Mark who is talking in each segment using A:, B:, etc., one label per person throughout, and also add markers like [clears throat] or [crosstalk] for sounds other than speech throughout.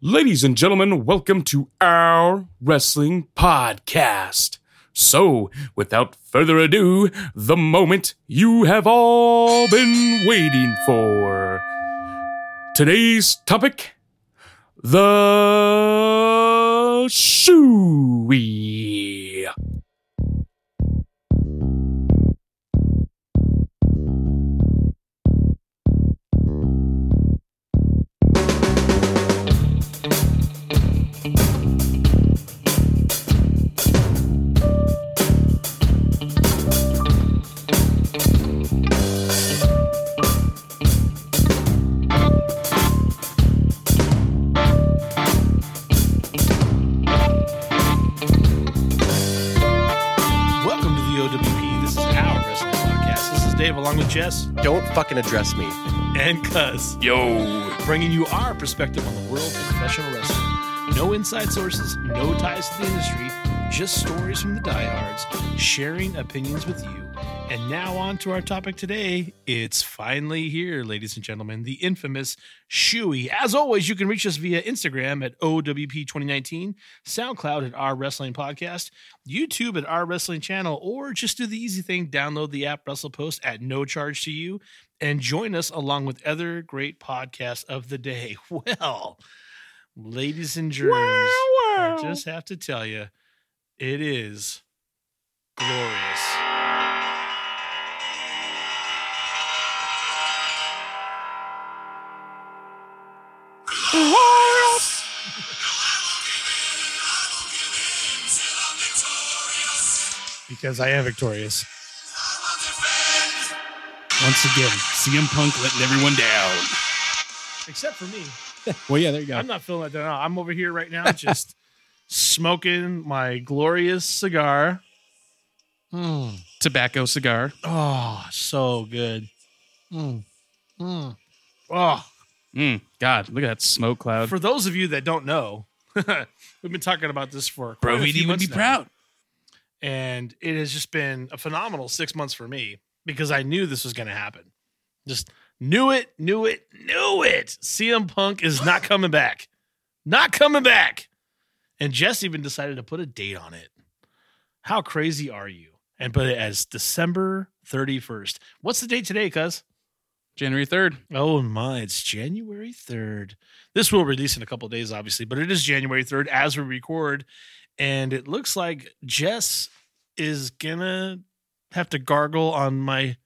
A: Ladies and gentlemen, welcome to our wrestling podcast. So, without further ado, the moment you have all been waiting for. Today's topic the shoey.
B: Welcome to the OWP. This is our wrestling podcast. This is Dave along with Jess
C: Don't fucking address me.
B: and Cuz,
A: Yo.
B: bringing you our perspective on the world of professional wrestling. No inside sources, no ties to the industry, just stories from the diehards, sharing opinions with you. And now on to our topic today. It's finally here, ladies and gentlemen, the infamous Shoey. As always, you can reach us via Instagram at OWP2019, SoundCloud at Our Wrestling Podcast, YouTube at Our Wrestling Channel, or just do the easy thing download the app WrestlePost at no charge to you and join us along with other great podcasts of the day. [laughs] Well, ladies and germs, I just have to tell you, it is glorious. [laughs] Because I am victorious. Once again,
A: CM Punk letting everyone down.
B: except for me.
C: Well, yeah, there you go.
B: I'm not feeling like that. I'm over here right now [laughs] just smoking my glorious cigar.
D: tobacco cigar.
B: Oh, so good. Oh,
D: Mm, God, look at that smoke cloud.
B: for those of you that don't know, [laughs] we've been talking about this for quite a
D: Bro,
B: few
D: VD would
B: months
D: be
B: now.
D: proud.
B: and it has just been a phenomenal six months for me because I knew this was going to happen. Just knew it, knew it, knew it. CM Punk is not coming back, not coming back. And Jess even decided to put a date on it. How crazy are you? And put it as December 31st. What's the date today, cuz?
D: January 3rd.
B: Oh my, it's January 3rd. This will release in a couple of days, obviously, but it is January 3rd as we record. And it looks like Jess is gonna have to gargle on my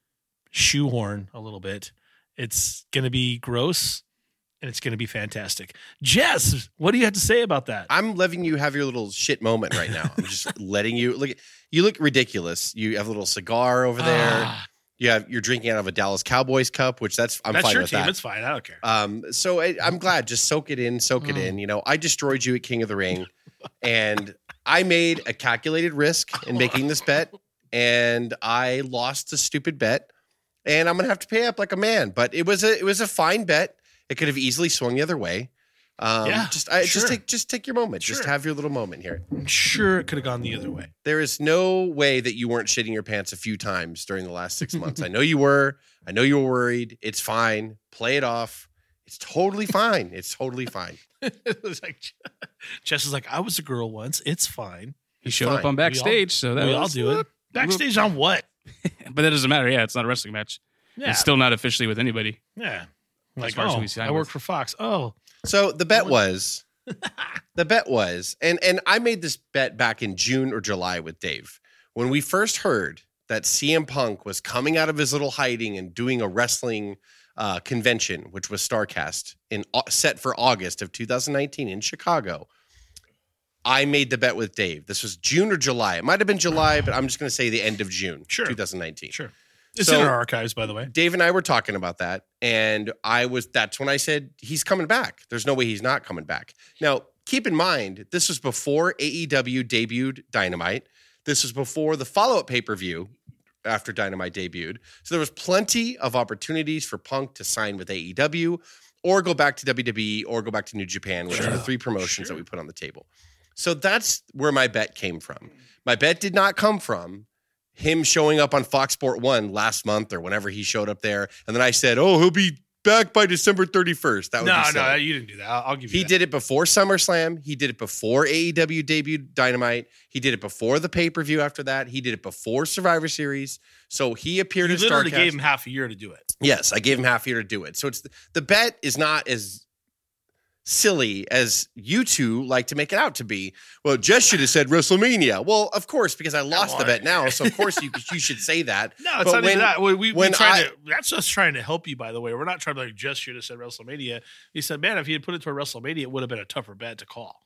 B: shoehorn a little bit. It's gonna be gross and it's gonna be fantastic. Jess, what do you have to say about that?
C: I'm letting you have your little shit moment right now.
B: [laughs]
C: I'm just letting you look. You look ridiculous. You have a little cigar over there.
B: Ah,
C: You have you're drinking out of a Dallas Cowboys cup, which that's I'm
B: that's
C: fine
B: your
C: with
B: team.
C: that.
B: It's fine. I don't care.
C: [laughs] Um, so I, I'm glad. Just soak it in, soak it
B: Mm.
C: in. You know, I destroyed you at King of the Ring, and I made a calculated risk in making this bet, and I lost the stupid bet, and I'm gonna have to pay up like a man. But it was a it was a fine bet. It could have easily swung the other way. Um,
B: Yeah,
C: just I,
B: sure.
C: just take just take your moment. Just
B: Sure.
C: have your little moment here.
B: I'm sure it could have gone the other way. [laughs]
C: There is no way that you weren't shitting your pants a few times during the last six months. I know you were. I know you were worried. It's fine. Play it off. It's totally fine. It's totally fine.
B: it was like [laughs] Jess is like, I was a girl once. It's fine.
D: He showed up
C: fine.
D: on backstage, so that
B: we all
D: was-
B: do it. Backstage on what?
D: But that doesn't matter. Yeah, it's not a wrestling match.
B: Yeah.
D: It's still not officially with anybody.
B: yeah. Like,
D: far as
B: oh,
D: we see,
B: I
D: I'm
B: work
D: with-
B: for Fox. Oh,
C: So the bet was, the bet was, and and I made this bet back in June or July with Dave when we first heard that CM Punk was coming out of his little hiding and doing a wrestling uh, convention, which was Starcast, in au- set for August of 2019 in Chicago. I made the bet with Dave. This was June or July. It might have been July, but I'm just going to say the end of June,
B: Sure.
C: 2019.
B: sure. It's
C: So-
B: in our archives, by the way.
C: Dave and I were talking about that, and I was that's when I said he's coming back. There's no way he's not coming back. Now, keep in mind, this was before AEW debuted Dynamite. This was before the follow-up pay-per-view after Dynamite debuted. So there was plenty of opportunities for Punk to sign with AEW or go back to WWE or go back to New Japan, which
B: Sure.
C: are the three promotions
B: Sure.
C: that we put on the table. So that's where my bet came from. My bet did not come from him showing up on Fox Sport One last month or whenever he showed up there. And then I said, oh, he'll be back by December 31st. That would
B: No,
C: be silly.
B: no, you didn't do that. I'll, I'll give you.
C: He
B: that.
C: did it before SummerSlam. He did it before AEW debuted Dynamite. He did it before the pay per view. After that, he did it before Survivor Series. So he appeared
B: You
C: in
B: literally
C: Starcast.
B: gave him half a year to do it.
C: yes, I gave him half a year to do it. So it's the bet is not as silly as you two like to make it out to be. Well, Jess should have said WrestleMania. Well, of course, because I lost the
B: on.
C: bet now. So
B: [laughs]
C: of course you you should say that.
B: No, it's not
C: But when-
B: even that. We, we,
C: when
B: we tried
C: I-
B: to, that's us trying to help you, by the way. We're not trying to like just shoot us at WrestleMania. He said, man, if he had put it to a WrestleMania, it would have been a tougher bet to call.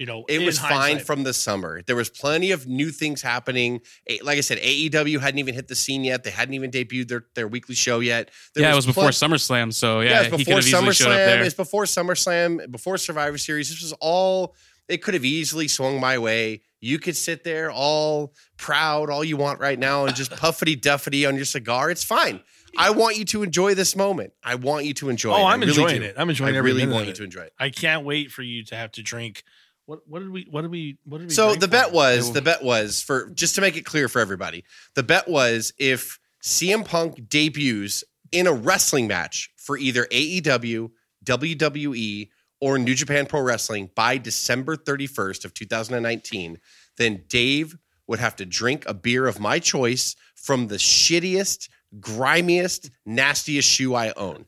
B: You know,
C: It
B: in
C: was fine
B: hindsight.
C: from the summer. There was plenty of new things happening. A- Like I said, AEW hadn't even hit the scene yet. They hadn't even debuted their, their weekly show yet. There
D: yeah, it was before
C: plen-
D: SummerSlam, so yeah,
C: it was
D: he
C: before
D: could have easily showed up
C: SummerSlam.
D: there.
C: It's before SummerSlam. Before Survivor Series. This was all. It could have easily swung my way. You could sit there all proud, all you want right now, and just puffity duffity on your cigar. It's fine. I want you to enjoy this moment. I want you to enjoy. it.
B: Oh,
C: I
B: I'm
C: really
B: enjoying
C: do.
B: it. I'm
C: I
B: enjoying every
C: really
B: minute
C: want
B: of
C: you
B: it.
C: to enjoy it.
B: I can't wait for you to have to drink. What what did we what did we what did we
C: So
B: drink
C: the bet
B: for?
C: was the bet was for just to make it clear for everybody. The bet was if CM Punk debuts in a wrestling match for either E AEW, WWE, E, or New Japan Pro Wrestling by December 31st of 2019, then Dave would have to drink a beer of my choice from the shittiest, grimiest, nastiest shoe I
B: [laughs]
C: own.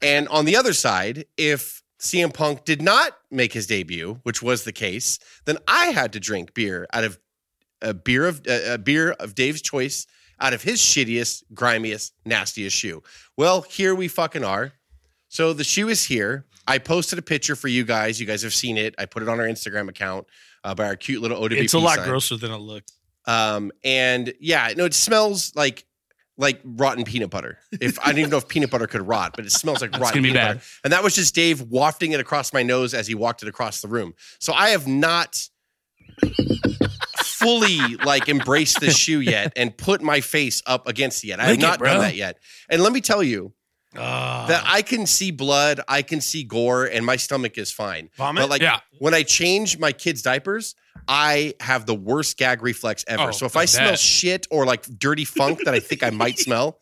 C: and on the other side, if CM Punk did not make his debut, which was the case, then I had to drink beer out of a beer of a a beer of Dave's choice out of his shittiest, grimiest, nastiest shoe. Well, here we fucking are. So the shoe is here. I posted a picture for you guys. You guys have seen it. I put it on our Instagram account uh, by our cute little OWP.
B: It's a lot
C: sign.
B: grosser than it looked.
C: Um, and yeah, no, it smells like like rotten peanut butter. If I don't even know if peanut butter could rot, but it smells like rotten
D: gonna be
C: peanut
D: bad.
C: butter. And that was just Dave wafting it across my nose as he walked it across the room. So I have not fully like embraced this shoe yet and put my face up against it yet. I have
D: Lick it,
C: not done
D: bro. Uh-huh.
C: that yet. And let me tell you
B: Ah,
C: that I can see blood, I can see gore, and my stomach is fine.
B: vomit.
C: But like
D: Yeah.
C: when I change my kids' diapers, I have the worst gag reflex ever.
D: Oh,
C: so if
D: I
C: I smell
D: bet.
C: shit or like dirty funk that I think
B: [laughs]
C: I might smell,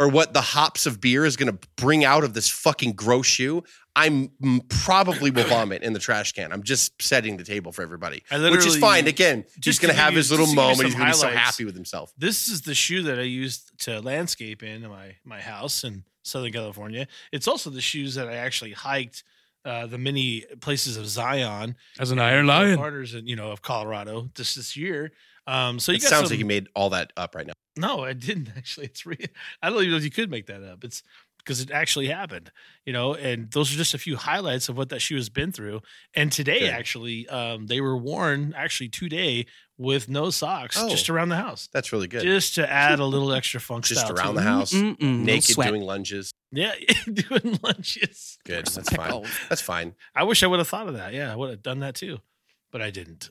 C: or what the hops of beer is going to bring out of this fucking gross shoe, I'm m- probably will vomit in the trash can. I'm just setting the table for everybody,
B: I
C: which is
B: literally-
C: fine. Again, he's
B: just
C: going
B: to
C: to
B: give
C: have
B: you-
C: his little
B: just to give you
C: moment.
B: some
C: He's going to be so
B: highlights.
C: happy with himself.
B: this is the shoe that I used to landscape in my my house in Southern California. It's also the shoes that I actually hiked uh, the many places of Zion,
D: As an Iron Lion.
B: Martyrs, and you know of Colorado just this year. Um, so you
C: It
B: got
C: sounds
B: some,
C: like you made all that up right now.
B: No, I didn't [laughs] actually. It's real. I don't even know if you could make that up. It's because it actually happened, you know. And those are just a few highlights of what that shoe has been through. And today,
C: Good.
B: actually, um, they were worn actually today with no socks,
C: Oh.
B: just around the house,
C: That's really good.
B: just to add a little extra
C: [laughs]
B: funk.
C: Just
B: style to
C: around
B: it.
C: the house,
D: Mm-mm-mm. No
C: naked,
D: sweat.
C: doing lunges.
B: [laughs] Yeah, [laughs] doing lunches.
C: Good. That's fine. That's fine.
B: I wish I would have thought of that. Yeah, I would have done that too, but I didn't.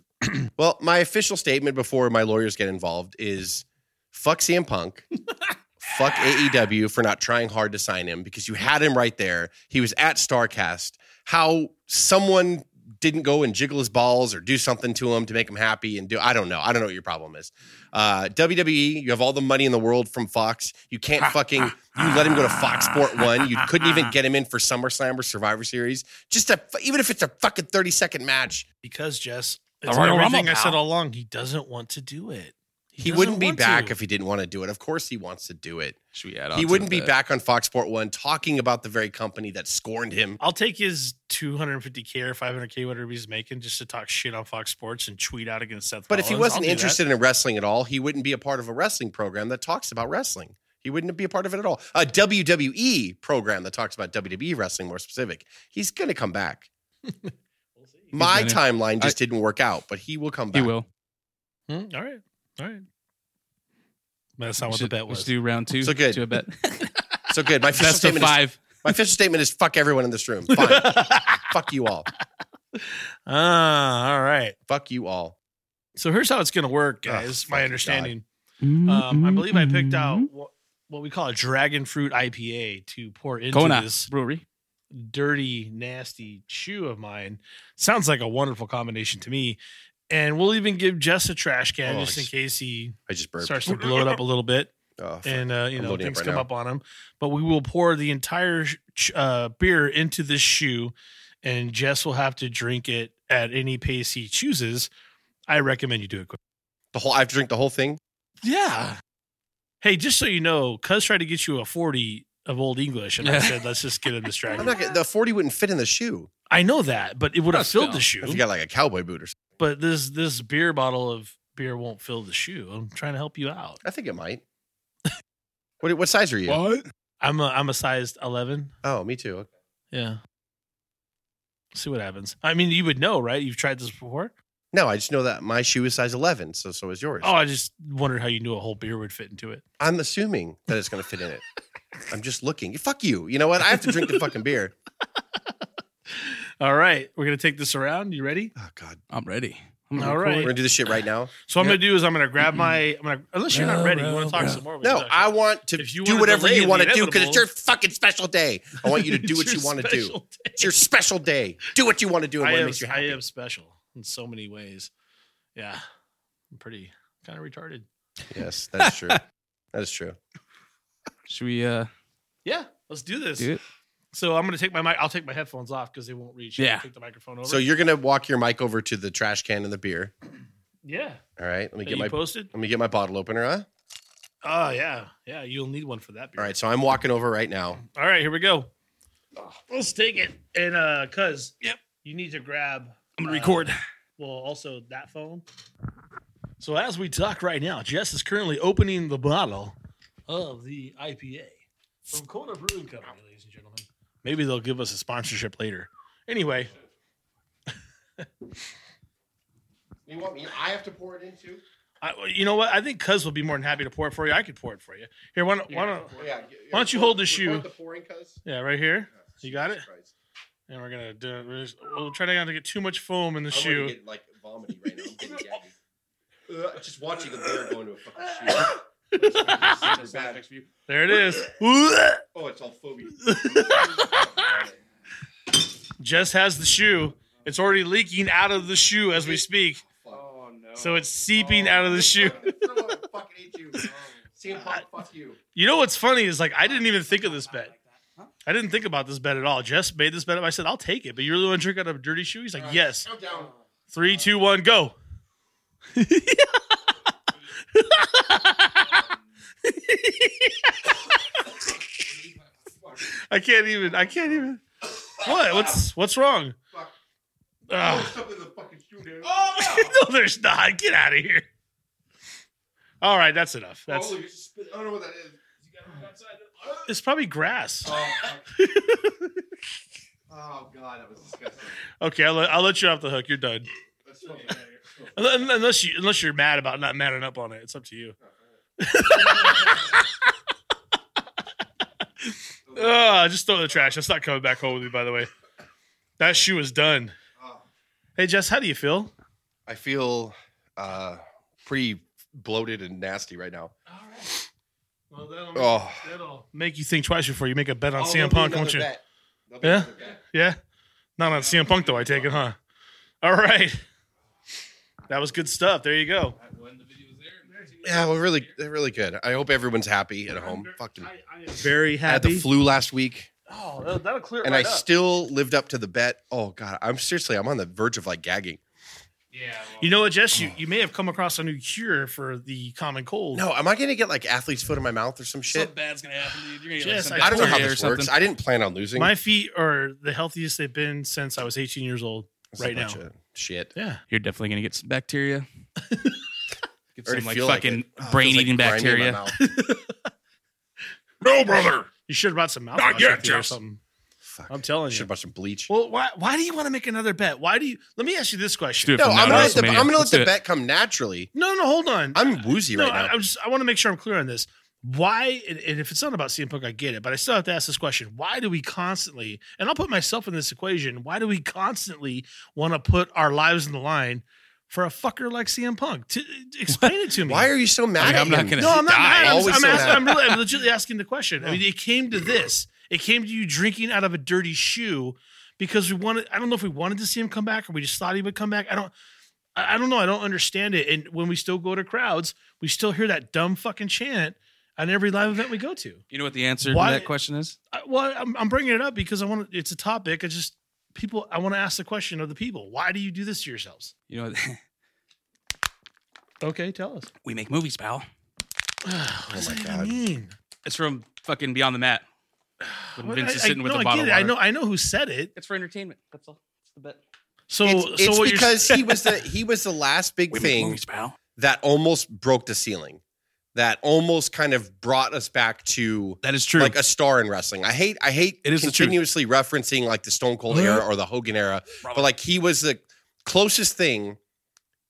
C: Well, my official statement before my lawyers get involved is fuck CM Punk. fuck AEW for not trying hard to sign him because you had him right there. He was at StarCast. How someone didn't go and jiggle his balls or do something to him to make him happy and do I don't know. I don't know what your problem is. Uh, WWE, you have all the money in the world from Fox. You can't fucking you let him go to Fox Sport
D: Ah.
C: 1. You
D: [laughs]
C: couldn't even get him in for SummerSlam or Survivor Series. Just a even if it's a fucking 30 second match.
B: because Jess,
D: The
B: it's
D: Royal
B: everything
D: Rumble,
B: I said
D: pal.
B: all along. He doesn't want to do it.
C: He
B: doesn't
C: wouldn't be
B: want to.
C: back if he didn't want to do it. Of course, he wants to do it.
D: Should we add on
C: he
D: to
C: wouldn't be
D: that?
C: back on Fox Sport One talking about the very company that scorned him.
B: I'll take his 250k or 500k, whatever he's making, just to talk shit on Fox Sports and tweet out against Seth.
C: But if
B: Rollins.
C: he
B: Oh, I'll
C: wasn't
B: do that.
C: interested in wrestling at all, he wouldn't be a part of a wrestling program that talks about wrestling. He wouldn't be a part of it at all. A WWE program that talks about WWE wrestling, more specific. He's going to come back. My
D: gonna-
C: timeline just didn't work out, but he will come
D: He
C: back.
D: will.
B: Hmm, all right, all right. That's not what the
D: Should-
B: bet
D: let's
B: was.
D: do round two.
C: So good.
D: To a
C: [laughs]
D: bet.
C: So
B: [laughs]
C: good. My official
D: Best of
C: statement. Is,
D: five.
C: my official statement is fuck everyone in this
B: [laughs]
C: room. Fine. fuck you all.
B: ah, all right.
C: Fuck you all.
B: So here's how it's gonna work,
C: Oh,
B: guys.
C: fucking
B: my
C: God.
B: understanding. Um, I believe I picked
D: Mm-hmm.
B: out what, what we call a dragon fruit IPA to pour into
D: Kona
B: this
D: Brewery.
B: dirty, nasty shoe of mine. Sounds like a wonderful combination to me. And we'll even give Jess a trash can
C: Oh,
B: just in
C: it's-
B: case he
C: I just burped. [laughs]
B: starts to blow it up a little bit.
C: Oh, fuck.
B: and uh, you
C: I'm
B: know
C: loading
B: things
C: up right
B: come
C: now.
B: up on him. But we will pour the entire sh- ch- uh, beer into this shoe, and Jess will have to drink it at any pace he chooses. I recommend you do it quick.
C: the whole I have to drink the whole thing.
B: Yeah. Hey, just so you know, Cuz tried to get you a forty of Old English, and I
D: Yeah.
B: said, let's just get him
C: [laughs] I'm
B: distracted.
C: not gonna, the forty wouldn't fit in the shoe
B: I know that, but it would have
D: That's
B: filled
D: dumb.
B: the
C: if you
B: shoe.
C: got like a cowboy boot or something.
B: But this this beer bottle of beer won't fill the shoe. I'm trying to help you out.
C: I think it might. what what size are you?
D: What?
B: I'm a I'm a size eleven.
C: Oh, me too.
B: Yeah. See what happens. I mean, you would know, right? You've tried this before.
C: No, I just know that my shoe is size eleven, so so is yours.
B: Oh, I just wondered how you knew a whole beer would fit into it.
C: I'm assuming that it's going to fit in it. I'm just looking. Fuck you. You know what? I have to drink the
B: [laughs]
C: fucking beer.
B: All right, we're gonna take this around. You ready?
C: Oh God,
D: I'm ready.
B: All
C: we're
B: right.
C: gonna do this shit right now.
B: So what I'm gonna do is I'm gonna grab my. I'm gonna unless you're not
D: Well,
B: ready, you want
D: well,
B: to talk
D: well.
B: some more. we can
C: No,
B: talk.
C: I want to
B: If you
C: do
B: wanna
C: whatever
B: delay
C: you
B: the
C: want to do because
B: inevitable-
C: it's your fucking special day. I want you
B: [laughs]
C: to do what
B: It's
C: you
B: your
C: want to do.
B: special day.
C: It's your special day. Do what you want to do and
B: I
C: what
B: am,
C: makes you
B: I
C: happy.
B: am special in so many ways. Yeah, I'm pretty kind of retarded.
C: Yes, that's true. that is true.
D: Should we uh
B: Yeah, let's do this.
D: do it?
B: So I'm gonna take my mic. I'll take my headphones off because they won't reach.
D: Yeah.
B: I'll take the microphone over.
C: So you're gonna walk your mic over to the trash can and the beer.
B: yeah,
C: All right. Let me
B: That
C: get
B: you
C: my
B: posted.
C: let me get my bottle opener. Huh?
B: Oh yeah, yeah. You'll need one for that beer.
C: All right. So I'm walking over right now.
B: All right, here we go. Let's take it. And uh cuz yep, you need to grab
D: I'm gonna
B: uh,
D: record.
B: well, also that phone. So as we talk right now, Jess is currently opening the bottle of the IPA from Kona Brewing Company, ladies and gentlemen. Maybe they'll give us a sponsorship later. Anyway,
C: You want me? I have to pour it into.
B: I, you know what? I think Cuz will be more than happy to pour it for you. I could pour it for you. Here, why don't, why don't
C: yeah,
B: Why don't you hold the shoe?
C: pouring, cuz?
B: yeah, right here. You got it? And we're gonna do. We're just, we'll try not to get too much foam in the shoe.
C: Get, like vomiting right now. I'm
B: [laughs]
C: getting gaggy. Ugh, Just watching a bear go into
B: [laughs]
C: a fucking shoe. It's bad.
B: there it
C: [coughs]
B: is. [coughs]
C: Oh, it's all phobia.
B: Jess has the shoe. It's already leaking out of the shoe as we speak.
C: Oh no.
B: So it's seeping out of the [laughs] shoe.
C: fucking eat you. CM Punk, fuck you.
B: You know what's funny is like I didn't even think of this bet. I didn't think about this bet at all. Jess made this bet up. I said, I'll take it, but you really want to drink out of a dirty shoe? He's like, Yes.
C: Go down.
B: Three, two, one, go. [laughs] I can't even. I can't even. What? What's What's wrong? Ugh.
C: Something in the fucking shoe, dude.
B: Oh, [laughs] no, there's not. Get out of here. All right, that's enough. That's
C: Holy shit. I don't know what that is.
B: it's probably grass.
C: Oh god, that was disgusting.
B: Okay, I'll let, I'll let you off the hook. You're done.
C: That's so
B: Un- Unless you unless you're mad about not matting up on it, it's up to you. [laughs] Ah, just throw it in the trash. That's not coming back home with me, by the way. That shoe is done. Hey Jess, how do you feel?
C: I feel uh pretty bloated and nasty right now.
B: Well,
C: Oh.
B: make you think twice before you make a bet on
C: Oh,
B: CM
C: there'll be
B: Punk, won't
C: another
B: you?
C: bet. There'll be
B: Yeah?
C: another bet.
B: Yeah. Not on CM Punk though, I take it, huh? All right. That was good stuff. There you go.
C: Yeah, well, really, they're really good. I hope everyone's happy at home. Fucking, I
B: Very
C: had the flu last week,
B: Oh, that'll, that'll clear it
C: and
B: right
C: I
B: up.
C: still lived up to the bet. Oh god, I'm seriously, I'm on the verge of like gagging.
B: you know what, Jess? You, you may have come across a new cure for the common cold.
C: No, am I gonna get like athlete's foot in my mouth or some shit?
D: Something bad's gonna happen. dude. You're gonna
B: Yes,
D: some
B: I
C: I don't know how
D: diarrhea
C: this
D: or
C: works.
D: something.
C: I didn't plan on losing.
B: My feet are the healthiest they've been since I was 18 years old.
C: It's a
B: Right now,
C: bunch of shit.
B: yeah.
D: You're definitely gonna get some bacteria. [laughs] get
C: I already
D: some like
C: feel
D: fucking
C: it. Oh, it feels
D: brain
C: like
D: eating
C: grimy in my
D: bacteria.
C: [laughs] mouth.
A: No, brother.
B: You should have brought some mouthwash
A: Not yet,
B: with you or
A: Jess.
B: something.
C: Fuck.
B: I'm telling
C: Should have
B: you.
C: bought some bleach.
B: Well, why why do you want to make another bet? Why do you? Let me ask you this question.
D: Let's do it from
C: no,
D: now
C: I'm
D: to
C: gonna, let the,
D: WrestleMania.
C: I'm gonna
D: Let's
C: let the
D: do it.
C: bet come naturally.
B: No, no, hold on.
C: I'm woozy
B: no,
C: right now.
B: I, I'm just I want to make sure I'm clear on this. Why, and, and if it's not about CM Punk, I get it, but I still have to ask this question: Why do we constantly, and I'll put myself in this equation? Why do we constantly want to put our lives in the line for a fucker like CM Punk? To, explain it to me.
C: Why are you so mad?
D: Like,
C: at
D: I'm not [laughs]
C: him?
D: gonna-
B: No, I'm not.
D: Die.
B: mad. I'm,
C: Always
B: I'm,
C: so
B: asking,
C: mad.
B: I'm, really, I'm legitimately asking the question. I mean, it came to this. It came to you drinking out of a dirty shoe because we wanted. I don't know if we wanted to see him come back or we just thought he would come back. I don't. I I don't know. I don't understand it. And when we still go to crowds, we still hear that dumb fucking chant. on every live event we go to.
D: You know what the answer
B: Why-
D: to that question is?
B: I, well, I'm, I'm bringing it up because I want to, it's a topic. I just people I want to ask the question of the people. Why do you do this to yourselves?
D: You know,
C: [laughs]
B: Okay, tell us.
D: we make movies, pal.
B: [sighs] what
D: Oh
B: does
C: my
B: that
C: God.
B: mean?
D: It's from fucking Beyond the Mat. When
B: What-
D: Vince
B: I-
D: is
B: I-
D: sitting with
B: no,
D: a
B: I
D: bottle of
B: get it. I
D: water.
B: know I know who said it.
D: It's for entertainment. That's all. That's the bet.
B: So
C: it's
B: so
C: it's
B: what
C: because he
D: [laughs]
C: was the he was the last big thing
D: pal.
C: that almost broke the ceiling, that almost kind of brought us back to
D: That is true.
C: like uh, a star in wrestling. I hate I hate
D: It is the truth.
C: continuously referencing like the Stone Cold era or the Hogan era, but like he was the closest thing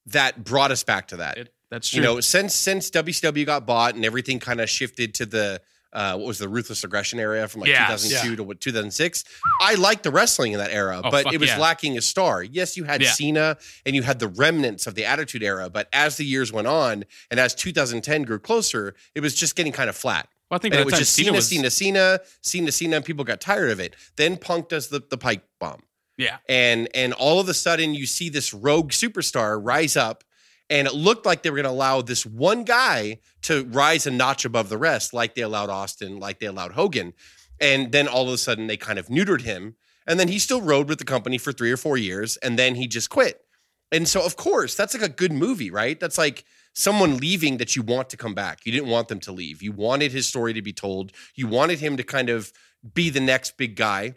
C: that brought us back to that.
D: It- that's true.
C: you know, since since WCW got bought and everything kind of shifted to the uh, what was the ruthless aggression area from like
D: Yeah.
C: 2002 to what 2006. I liked the wrestling in that era,
D: Oh,
C: but
D: fuck
C: it was
D: yeah.
C: lacking a star. Yes, you had
D: Yeah.
C: Cena and you had the remnants of the Attitude Era, but as the years went on and as 2010 grew closer, it was just getting kind of flat.
D: well, I think
C: And
D: by the
C: it was
D: time
C: just
D: Cena
C: Cena,
D: was,
C: Cena, Cena, Cena, Cena, and people got tired of it. Then Punk does the the pipe bomb
D: yeah,
C: and and all of a sudden you see this rogue superstar rise up and it looked like they were going to allow this one guy to rise a notch above the rest like they allowed austin like they allowed hogan and then all of a sudden they kind of neutered him and then he still rode with the company for three or four years and then he just quit and so of course that's like a good movie right that's like someone leaving that you want to come back you didn't want them to leave you wanted his story to be told you wanted him to kind of be the next big guy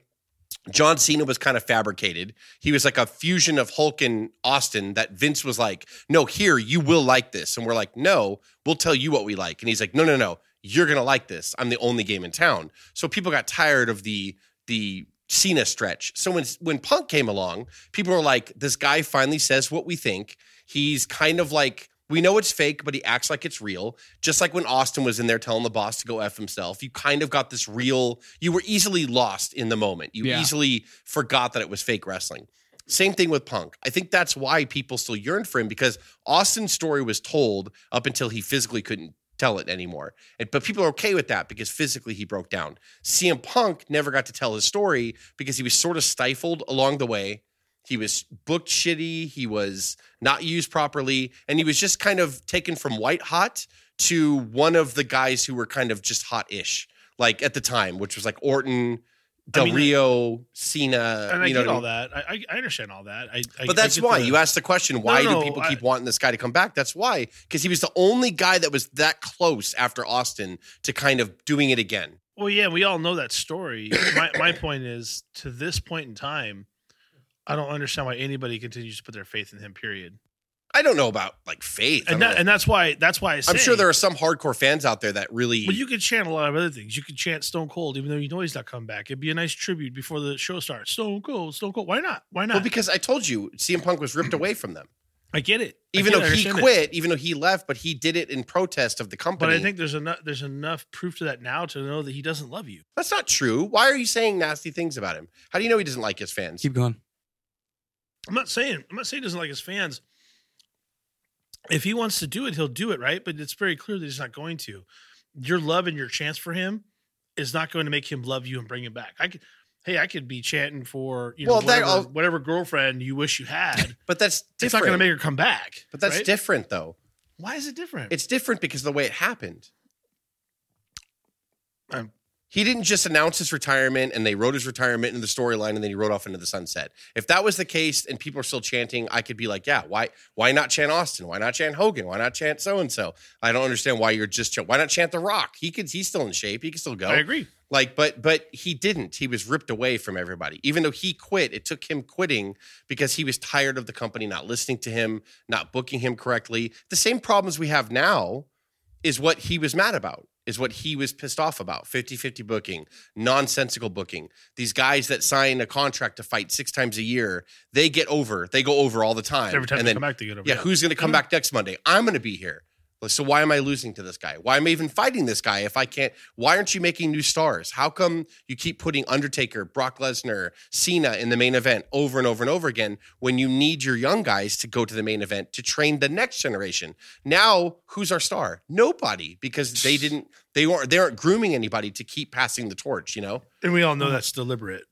C: John Cena was kind of fabricated. He was like a fusion of Hulk and Austin that Vince was like, no, here, you will like this. And we're like, no, we'll tell you what we like. And he's like, no, no, no, you're going to like this. I'm the only game in town. So people got tired of the, the, Cena stretch. So when when Punk came along, people were like, "This guy finally says what we think. He's kind of like we know it's fake, but he acts like it's real. Just like when Austin was in there telling the boss to go F himself, you kind of got this real, you were easily lost in the moment. You
D: Yeah.
C: easily forgot that it was fake wrestling. Same thing with Punk. I think that's why people still yearn for him because Austin's story was told up until he physically couldn't tell it anymore. And, but people are okay with that because physically he broke down. CM Punk never got to tell his story because he was sort of stifled along the way. He was booked shitty. He was not used properly. And he was just kind of taken from white hot to one of the guys who were kind of just hot ish, like at the time, which was like Orton, Del
B: I mean,
C: Rio, Cena.
B: and I
C: you know
B: get
C: what I
B: all
C: mean?
B: that. I, I I understand all that. I, I
C: But that's why you asked the question: Why
B: no,
C: do people
B: I-
C: keep wanting this guy to come back? That's why, because he was the only guy that was that close after Austin to kind of doing it again.
B: Well, yeah, we all know that story. my my
C: [coughs]
B: point is, to this point in time, I don't understand why anybody continues to put their faith in him. Period.
C: I don't know about like faith, I
B: And
C: don't
B: that,
C: know.
B: and that's why that's why I
C: I'm sure
B: say-
C: there are some hardcore fans out there that really.
B: Well, you could chant a lot of other things. You could chant Stone Cold, even though you know he's not coming back. It'd be a nice tribute before the show starts. Stone Cold, Stone Cold. Why not? Why not?
C: well, because I told you, CM Punk
B: [clears throat]
C: was ripped away from them.
B: I get it. I
C: Even
B: get it. I
C: though he
B: understand it.
C: quit, even though he left, but he did it in protest of the
B: But
C: company.
B: I think there's enough there's enough proof to that now to know that he doesn't love you.
C: that's not true. Why are you saying nasty things about him? How do you know he doesn't like his fans?
D: keep going.
B: I'm not saying I'm not saying he doesn't like his fans. If he wants to do it, he'll do it, right? But it's very clear that he's not going to. Your love and your chance for him is not going to make him love you and bring him back. I could, hey, I could be chanting for you know
C: Well, that
B: whatever,
C: all-
B: whatever girlfriend you wish you had.
C: But that's different.
B: it's not going to make her come back.
C: but that's
B: right?
C: different, though.
B: Why is it different?
C: It's different because of the way it happened.
B: Um,
C: he didn't just announce his retirement and they wrote his retirement in the storyline and then he rode off into the sunset. If that was the case and people are still chanting, I could be like, yeah, why why not chant Austin? Why not chant Hogan? Why not chant so and so? I don't understand why you're just chant. Why not chant The Rock? He could he's still in shape. He can still go.
B: I agree.
C: Like, but but he didn't. He was ripped away from everybody. Even though he quit, it took him quitting because he was tired of the company not listening to him, not booking him correctly. The same problems we have now is what he was mad about, is what he was pissed off about. 50-50 booking, nonsensical booking. These guys that sign a contract to fight six times a year, they get over. They go over all the time.
B: Every time
C: and
B: they
C: then
B: come back, they get over.
C: yeah, who's going to come back next Monday? I'm going to be here. Like, So why am I losing to this guy? Why am I even fighting this guy if I can't? Why aren't you making new stars? How come you keep putting Undertaker, Brock Lesnar, Cena in the main event over and over and over again when you need your young guys to go to the main event to train the next generation? Now who's our star? Nobody because they didn't they weren't they aren't grooming anybody to keep passing the torch. You know,
B: and [clears throat] we all know that's deliberate.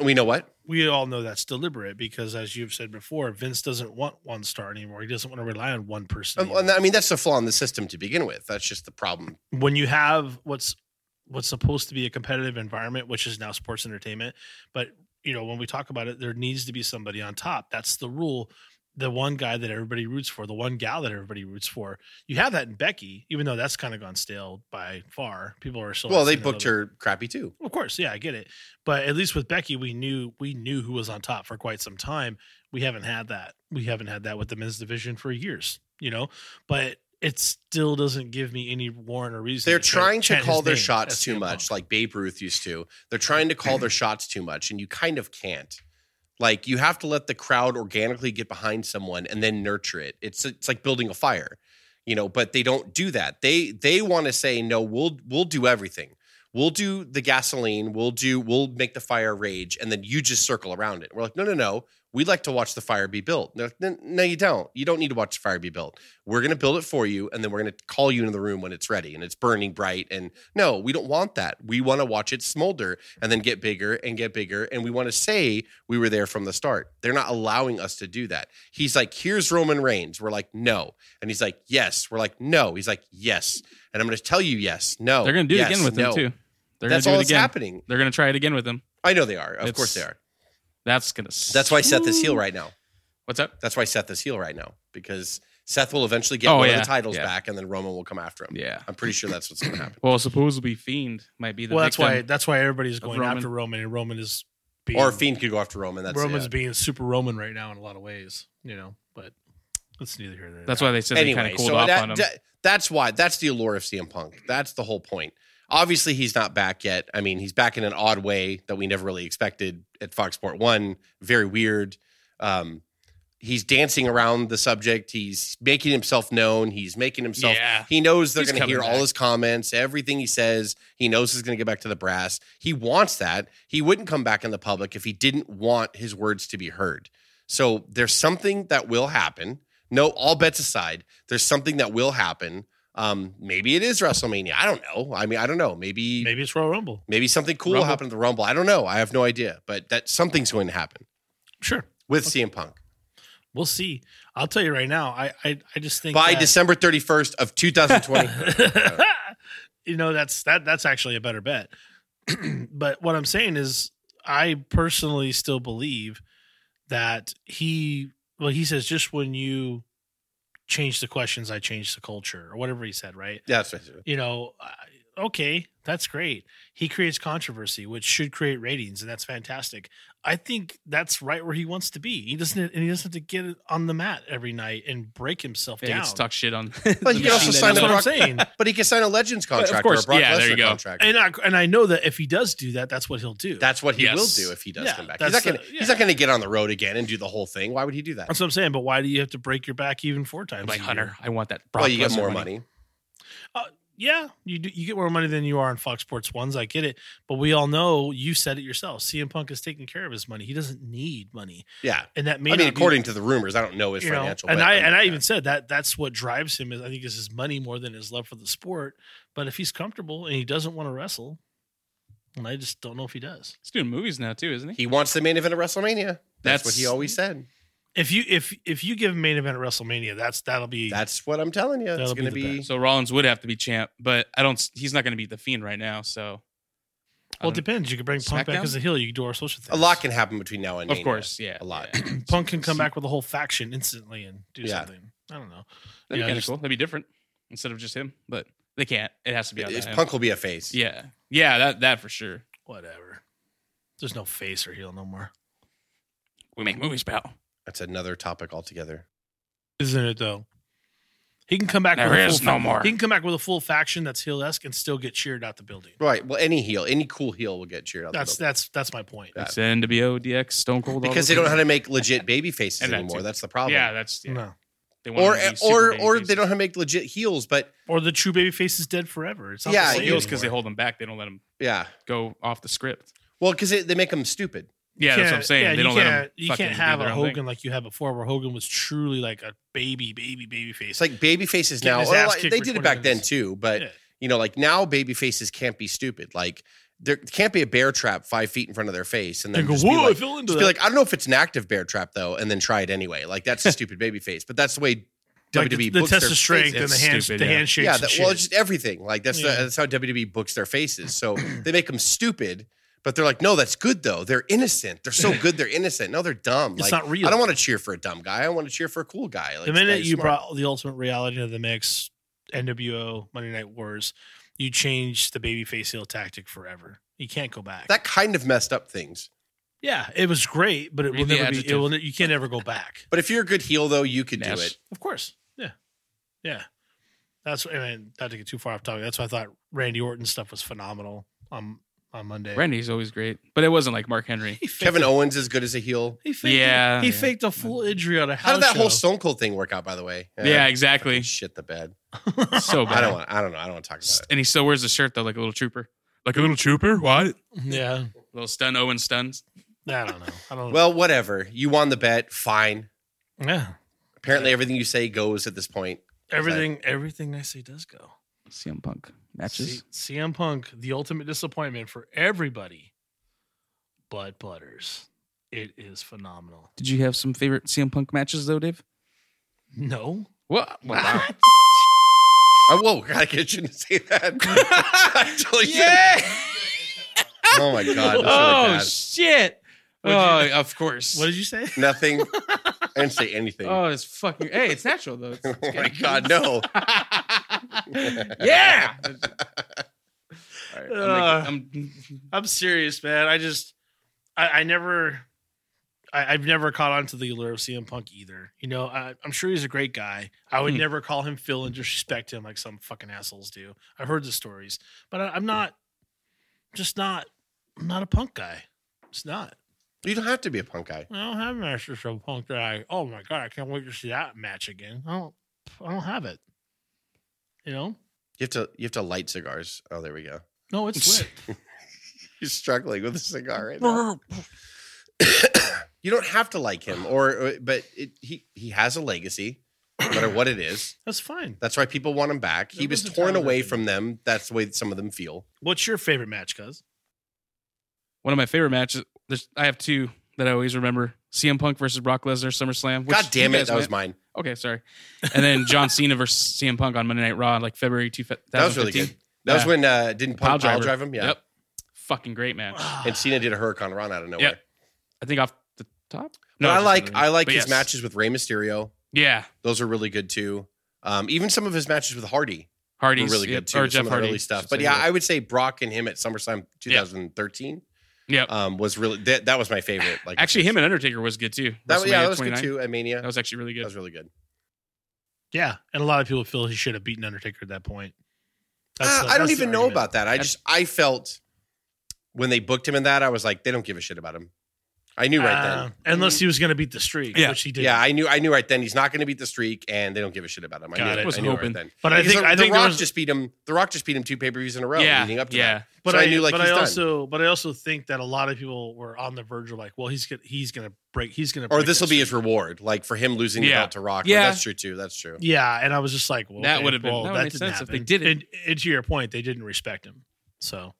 C: we know what
B: we all know that's deliberate because, as you've said before, Vince doesn't want one star anymore. He doesn't want to rely on one person.
C: Um,
B: anymore.
C: and I mean, that's the flaw in the system to begin with. That's just the problem.
B: when you have what's what's supposed to be a competitive environment, which is now sports entertainment, but you know when we talk about it, there needs to be somebody on top. That's the rule. The one guy that everybody roots for, the one gal that everybody roots for. You have that in Becky, even though that's kind of gone stale by far. People are still
C: well, they
B: upset about
C: booked
B: it.
C: her crappy too.
B: Of course, yeah, I get it. But at least with Becky, we knew we knew who was on top for quite some time. We haven't had that. We haven't had that with the men's division for years, you know. But it still doesn't give me any warrant or reason.
C: They're
B: to chant-
C: trying to
B: chant his
C: call their
B: name
C: shots
B: at
C: too
B: CM
C: much,
B: Punk.
C: like Babe Ruth used to. They're trying to
B: [clears throat]
C: call their shots too much, and you kind of can't. Like you have to let the crowd organically get behind someone and then nurture it. It's it's like building a fire, you know. But they don't do that. They they want to say no. We'll we'll do everything. We'll do the gasoline. We'll do we'll make the fire rage, and then you just circle around it. We're like, no no no. We'd like to watch the fire be built. And they're like, "No, no, you don't. You don't need to watch the fire be built we're going to build it for you and then we're going to call you into the room when it's ready and it's burning bright and no we don't want that we want to watch it smolder and then get bigger and get bigger and we want to say we were there from the start they're not allowing us to do that he's like here's roman reigns we're like no and he's like yes we're like no he's like yes and i'm going to tell you yes no
D: They're going to do
C: yes,
D: it again with
C: no.
D: him too. They're going
C: that's
D: to do
C: all
D: it
C: that's
D: again.
C: happening
D: They're going to try it again with him.
C: i know they are of
D: It's-
C: course they are
D: That's going to.
C: that's why seth is heel right now
D: What's up?
C: that's why seth is heel right now because seth will eventually get
D: Oh,
C: one of
D: yeah,
C: the titles
D: yeah.
C: back and then roman will come after him
D: Yeah.
C: I'm pretty sure that's what's going to
D: [clears throat]
C: happen.
D: Well, supposedly Fiend might be the.
B: Well, that's
D: victim.
B: why that's why everybody's going
D: Roman.
B: after Roman, and Roman is being
C: Or Fiend could go after Roman. That's
B: Roman's
C: it.
B: being super Roman right now in a lot of ways, you know. But that's neither here nor there.
D: That's why they said they kind
C: anyway.
D: of cooled
C: so
D: off
C: that-
D: on him.
C: that- that's why. That's the allure of CM Punk. That's the whole point. Obviously, he's not back yet. I mean, he's back in an odd way that we never really expected at Fox Sport One. Very weird. Um, he's dancing around the subject. He's making himself known. He's making himself.
D: Yeah.
C: He knows they're
D: He's
C: going to hear
D: coming
C: all
D: back.
C: his comments, everything he says. He knows he's going to get back to the brass. He wants that. He wouldn't come back in the public if he didn't want his words to be heard. So there's something that will happen. No, all bets aside, there's something that will happen. Um, maybe it is WrestleMania. I don't know. I mean, I don't know. Maybe maybe,
B: maybe it's Royal Rumble.
C: something cool will
D: Rumble.
C: happen at the Rumble. I don't know. I have no idea. But that something's going to happen
B: Sure,
C: with CM Punk
B: we'll see. I'll tell you right now. I I, I just think
C: by
B: that-
C: December 31st of [laughs] 2020.
B: [laughs] you know that's that that's actually a better bet [clears throat] but what i'm saying is i personally still believe that he well he says just when you change the questions i change the culture or whatever he said right
C: yeah, that's right.
B: you know I- okay that's great he creates controversy which should create ratings and that's fantastic i think that's right where he wants to be he doesn't and he doesn't have to get it on the mat every night and break himself
D: Yeah, he
B: down
D: gets to talk shit
C: [laughs]
D: on.
C: But you
D: the
C: can also
D: machine
C: sign
D: that
B: that's
C: the
B: what
D: he
B: i'm saying
C: Brock, but he can sign a Legends
D: of
C: contract or
D: course.
C: a Brock
D: Yeah,
C: Lesnar
D: there you go.
C: contract.
B: and I, and I know that if he does do that, that's what he'll do.
C: that's what he
D: Yes.
C: will do if he does
B: Yeah,
C: come back. He's
B: that's
C: not going
B: the-
C: he's
B: yeah.
C: not going to get on the road again and do the whole thing. Why would he do that?
B: that's what I'm saying. But why do you have to break your back even four times?
D: I'm like
B: a year?
D: Hunter, I want that. Brock
C: Well, you get
D: Lesnar
C: more money.
B: Yeah, you do, you get more money than you are on Fox Sports Ones. I get it, but we all know you said it yourself. CM Punk is taking care of his money. He doesn't need money,
C: Yeah.
B: and that may
C: I mean,
B: not be-
C: according to the rumors, I don't know his
B: you know,
C: financial.
B: and
C: but-
B: I and I even said that that's what drives him. Is I think is his money more than his love for the sport. But if he's comfortable and he doesn't want to wrestle, and I just don't know if he does.
D: He's doing movies now too, isn't he?
C: [laughs] he wants the main event of WrestleMania. That's, what
D: That's-
C: he always said.
B: If you if if you give him main event at WrestleMania, that's that'll be
C: That's what I'm telling you. It's
B: That'll be
C: going to
B: the
C: be.
D: So Rollins would have to be champ, but I don't. He's not going to be the fiend right now. So, I
B: Well, it
D: don't-
B: depends. You could bring Punk back
D: SmackDown?
B: as a heel. You could do our social
C: A
B: things.
C: lot can happen between now and
D: of
C: Mania.
D: course, yeah,
C: a lot.
D: Yeah.
B: [clears throat] Punk can come back with a whole faction instantly and do
C: Yeah.
B: something. I don't know.
D: That'd
C: [clears throat]
B: Yeah,
D: be kind of
B: just-
D: cool. That'd be different instead of just him. But they can't. It has to be on
C: It's-
D: that.
C: Punk will be a face.
D: Yeah, yeah, that that for sure.
B: Whatever. There's no face or heel no more.
D: We make movies, pal.
C: That's another topic altogether.
B: Isn't it though? He can come back
D: There
B: with a
D: is
B: full
D: no
B: fa-
D: more.
B: He can come back with a full faction that's heel esque and still get cheered out the building.
C: Right. Well, any heel, any cool heel will get cheered out. the
B: That's
C: building.
B: that's that's my point.
C: Yeah.
D: It's NWO, DX, Stone Cold. all
C: because
D: those
C: they don't know how
D: guys.
C: to make legit baby faces
D: And that
C: anymore.
D: too.
C: That's the problem.
D: Yeah, that's yeah.
B: No.
D: They want
C: Or eh,
D: them to be super
C: or
D: baby
C: or
D: faces.
C: they don't have to make legit heels, but
B: Or the true baby face is dead forever. It's not
C: Yeah,
B: the
D: Well,
B: same
C: you-
D: heels because they
B: anymore.
D: hold them back. They don't let them
C: yeah.
D: go off the script.
C: Well, because they make them stupid.
D: Yeah, that's what I'm
B: Can't-
D: saying.
B: yeah,
D: they
B: you
D: don't
B: can't,
D: let them.
B: you can't
D: fucking do
B: have
D: their
B: a
D: own thing.
B: Hogan like you had before, where Hogan was truly like a baby, baby, baby face.
C: It's like baby faces
B: Getting
C: now.
B: his
C: or
B: ass
C: like-
B: kicked
C: they
B: for
C: did it
B: 20
C: back then
B: minutes.
C: too, but
B: Yeah.
C: you know, like now baby faces can't be stupid. Like there can't be a bear trap five feet in front of their face, and then
B: And go,
C: just be
B: whoa, I
C: like,
B: fell into
C: just
B: that.
C: be like, I don't know if it's an active bear trap though, and then try it anyway. Like
B: [laughs]
C: that's a stupid baby face, but that's the way
B: Like
C: WWE
B: the, the
C: books
B: test
C: their
B: of strength and
C: faces.
B: the,
A: It's
B: hands,
A: stupid,
B: the
A: yeah.
B: handshakes.
C: Yeah,
B: and
C: that,
B: shit.
C: well, it's just everything. Like that's the,
B: Yeah.
C: that's how WWE books their faces.
B: [clears throat]
C: So they make them stupid, but they're like, no, that's good though. They're innocent.
B: [laughs]
C: They're so good. They're innocent. No, they're dumb.
B: It's
C: like,
B: not real.
C: I don't want to cheer for a dumb guy. I want to cheer for a cool guy. Like,
B: the
C: this
B: minute
C: guy's
B: you
C: smart.
B: brought the ultimate reality into the mix, NWO Monday Night Wars, you changed the babyface heel tactic forever. You can't go back.
C: that kind of messed up things.
B: yeah, it was great, but it
D: Read
B: will
D: the
B: never be. It
D: adjective.
B: will. ne- You can never go back.
C: But if you're a good heel though, you could do
D: Yes.
C: it.
B: Of course. Yeah. Yeah. That's I mean, not to get too far off topic. That's why I thought Randy Orton stuff was phenomenal on on Monday.
D: Randy's always great, but it wasn't like Mark Henry.
B: He faked
C: Kevin
B: a-
C: Owens is good as a heel.
B: He faked
D: Yeah,
B: a, he
D: yeah.
B: faked a full injury on a house
C: How did that whole
B: show.
C: Stone Cold thing work out? By the way,
D: Yeah,
C: Uh, fucking
D: exactly.
C: Shit the bed.
D: So bad.
C: I don't want. I don't know. I don't want to talk about it.
D: and he still wears the shirt though, like a little trooper. Like a little trooper? What?
B: yeah.
D: Little stun Owen stuns.
B: I don't know. I don't know.
C: Well, whatever. You won the bet. Fine.
B: yeah.
C: Apparently, everything you say goes at this point.
B: Everything everything I say does go.
D: CM Punk
B: C- CM Punk, the ultimate disappointment for everybody but Butters. It is phenomenal.
D: Did you have some favorite CM Punk matches though, Dave?
B: No.
D: What?
C: Ah,
B: What?
C: [laughs] Oh, whoa! God, [laughs] I shouldn't say that. [laughs] I totally
D: yeah.
C: shouldn't. Oh my god! That's really
D: oh
C: bad.
D: shit.
B: What'd
D: Oh, of course.
B: What did you say?
C: Nothing.
D: [laughs]
C: I didn't say anything.
D: Oh,
C: Oh,
D: it's fucking. Hey, it's natural though.
C: [laughs]
D: It's- it's
C: my
D: good.
C: god!
D: [laughs]
C: No. [laughs]
D: yeah. All right,
B: Uh,
D: I'm, making- I'm-
B: I'm serious, man. I just, I, I never, I, I've never caught on to the allure of CM Punk either. You know, I, I'm sure he's a great guy. I would
D: Hmm.
B: never call him Phil and disrespect him like some fucking assholes do. I've heard the stories, but I, I'm not, just not, I'm not a punk guy. It's not.
C: You don't have to be a punk guy.
B: I don't have Master Show Punk that I, oh my God, I can't wait to see that match again. I don't, I don't have it. You know?
C: You have to. You have to light cigars. Oh, there we go.
B: No, it's lit.
C: He's struggling with a cigar
D: [laughs]
C: right now. [coughs] you don't have to like him, or or- but it, he he has a legacy, no matter what it is.
B: That's fine.
C: That's why people want him back. he
B: There
C: was
B: was a
C: torn
B: time
C: away
B: that-
C: from them. That's the way that some of them feel.
B: What's your favorite match, cuz?
D: one of my favorite matches. There's, I have two that I always remember: CM Punk versus Brock Lesnar SummerSlam. which
C: God damn
D: you
C: it,
D: guys
C: that was
D: went-
C: mine.
D: okay. Sorry, and then John Cena versus CM Punk on Monday Night Raw, like February 2015.
C: That was really good. That was
D: Yeah.
C: when uh, didn't
D: Pile
C: Punk pile
D: driver.
C: drive him. Yeah,
D: Yep, fucking great match.
B: Ah.
C: and Cena did a Hurricane Run out of nowhere.
D: Yep. I think off the top.
C: But I
D: just
C: like
D: another-
C: I like
D: but
C: his
D: yes.
C: matches with Rey Mysterio.
D: Yeah,
C: Those are really good too. Um, even some of his matches with Hardy
D: Hardy's
C: were really good
D: yep,
C: too.
D: or
C: some
D: Jeff
C: of the
D: Hardy
C: early stuff.
D: should
C: But
D: say
C: yeah,
D: that.
C: I would say Brock and him at SummerSlam 2013
D: Yep.
C: um, was really that, that was my favorite. Like
D: actually, him and Undertaker was good too.
C: that,
D: WrestleMania
C: yeah, that was good
D: 29.
C: too. At Mania,
D: That was actually really
C: that
D: good.
C: was really good.
B: Yeah, and a lot of people feel he should have beaten Undertaker at that point.
C: Uh,
B: the-
C: I don't
B: that's the
C: even know
B: argument.
C: about that. I just I felt when they booked him in that, I was like, they don't give a shit about him. I knew right
B: Uh, Unless he was going to beat the streak,
D: Yeah.
B: which he
C: then.
B: did.
C: Yeah, I knew I knew right then he's not going to beat the streak, and they don't give a shit about him. I
B: Got
C: knew
B: it.
C: I
D: Was
C: knew
D: hoping.
C: right then.
B: but I
C: Because
B: think
C: the,
B: I think
C: the
B: there
C: Rock
B: was,
C: just beat him. The Rock just beat him two pay per views in a row. leading
D: Yeah,
C: up to
D: yeah.
C: that.
B: but
C: so I
B: I,
C: knew, like,
B: but
C: he's
B: I
C: done.
B: also but I also think that a lot of people were on the verge of like, well, he's gonna he's gonna break, he's gonna,
C: Or
B: break
C: this will be
B: streak.
C: his reward, like for him losing the
D: Yeah.
C: belt to Rock.
D: Yeah.
C: Yeah, that's true too. That's true.
B: yeah. And I was just like, well,
D: That
B: okay,
D: would've been-
B: well,
D: that would
B: that
D: make
B: didn't
D: sense if
B: happen.
D: they did it.
B: And, and to your point, they didn't respect him. So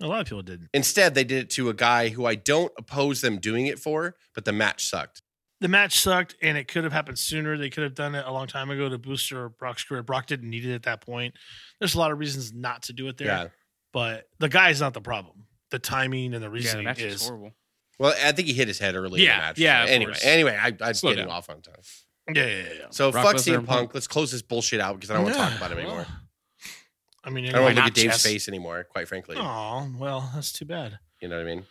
B: a lot of people didn't.
C: Instead, they did it to a guy who I don't oppose them doing it for, but the match sucked.
B: The match sucked, and it could have happened sooner. They could have done it a long time ago to boost or Brock's career. Brock didn't need it at that point. There's a lot of reasons not to do it there.
C: Yeah.
B: but the guy's not the problem. The timing and the
D: Yeah, the
B: reasoning
D: match was
B: is
D: horrible.
C: Well, I think he hit his head early.
D: Yeah,
C: in the match.
D: yeah, of
C: Anyway,
D: course.
C: anyway, I, I'm
D: Slow
C: getting
D: down.
C: off on time.
B: yeah, yeah, yeah, yeah.
C: So
D: Brock
C: fuck
D: Lesnar
C: CM
D: and
C: Punk.
D: Punk.
C: Let's close this bullshit out because I don't want to
B: Yeah,
C: talk about it anymore.
B: well, I mean,
C: I don't want to
D: why not,
C: look at Dave's
D: Jess?
C: face anymore. Quite frankly,
B: Oh well, that's too bad.
C: you know what I mean.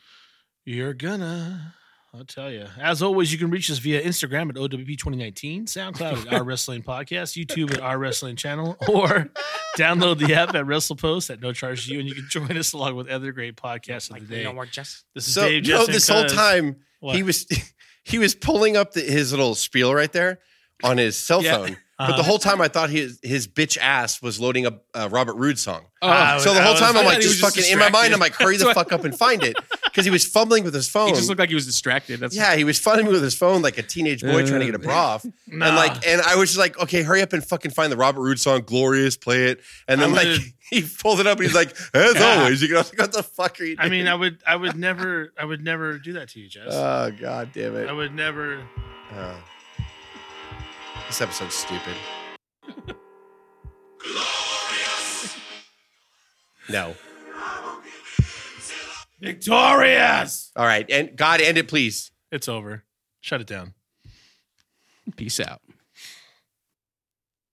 B: You're gonna. I'll tell you. As always, you can reach us via Instagram at OWP2019, SoundCloud at [laughs] Our Wrestling Podcast, YouTube at Our Wrestling Channel, or [laughs] download the app at WrestlePost at no charge to you, and you can join us along with other great podcasts of the day.
D: work, Jess.
B: This is
C: So
B: Dave.
C: no,
B: Justin,
C: this whole
B: Cuz.
C: time
B: What?
C: he was [laughs] he was pulling up the, his little spiel right there on his cell
D: Yeah.
C: phone.
B: Uh-huh.
C: But the whole time I thought his his bitch ass was loading up a Robert Roode song.
D: Oh,
B: Ah, I
C: so the
B: was-
C: whole
B: I
C: time
B: was-
D: I
C: I'm like
D: thought he
C: just
D: was just
C: fucking in my mind
D: distracted.
C: I'm like hurry the
D: That's
B: [laughs]
C: fuck up and find it because he was fumbling with his phone.
D: He just looked like he was distracted. That's
C: yeah, he was fumbling with his phone like a teenage boy trying to get a bra off.
B: Nah.
C: And like, and I was just like, okay, hurry up and fucking find the Robert Rood song, "Glorious," play it. And then
B: I'm
C: like,
B: gonna-
C: [laughs] he pulled it up and he's like, as
B: Yeah.
C: always, you go, what the fuck are you?
B: I
C: Doing? [laughs]
B: mean, I would, I would never, I would never do that to you, Jess.
C: oh god damn
B: I
C: it!
B: would never.
C: Oh. This episode's stupid. No.
B: Victorious.
C: All right, and God, end it, please.
B: It's over. Shut it down.
D: peace out.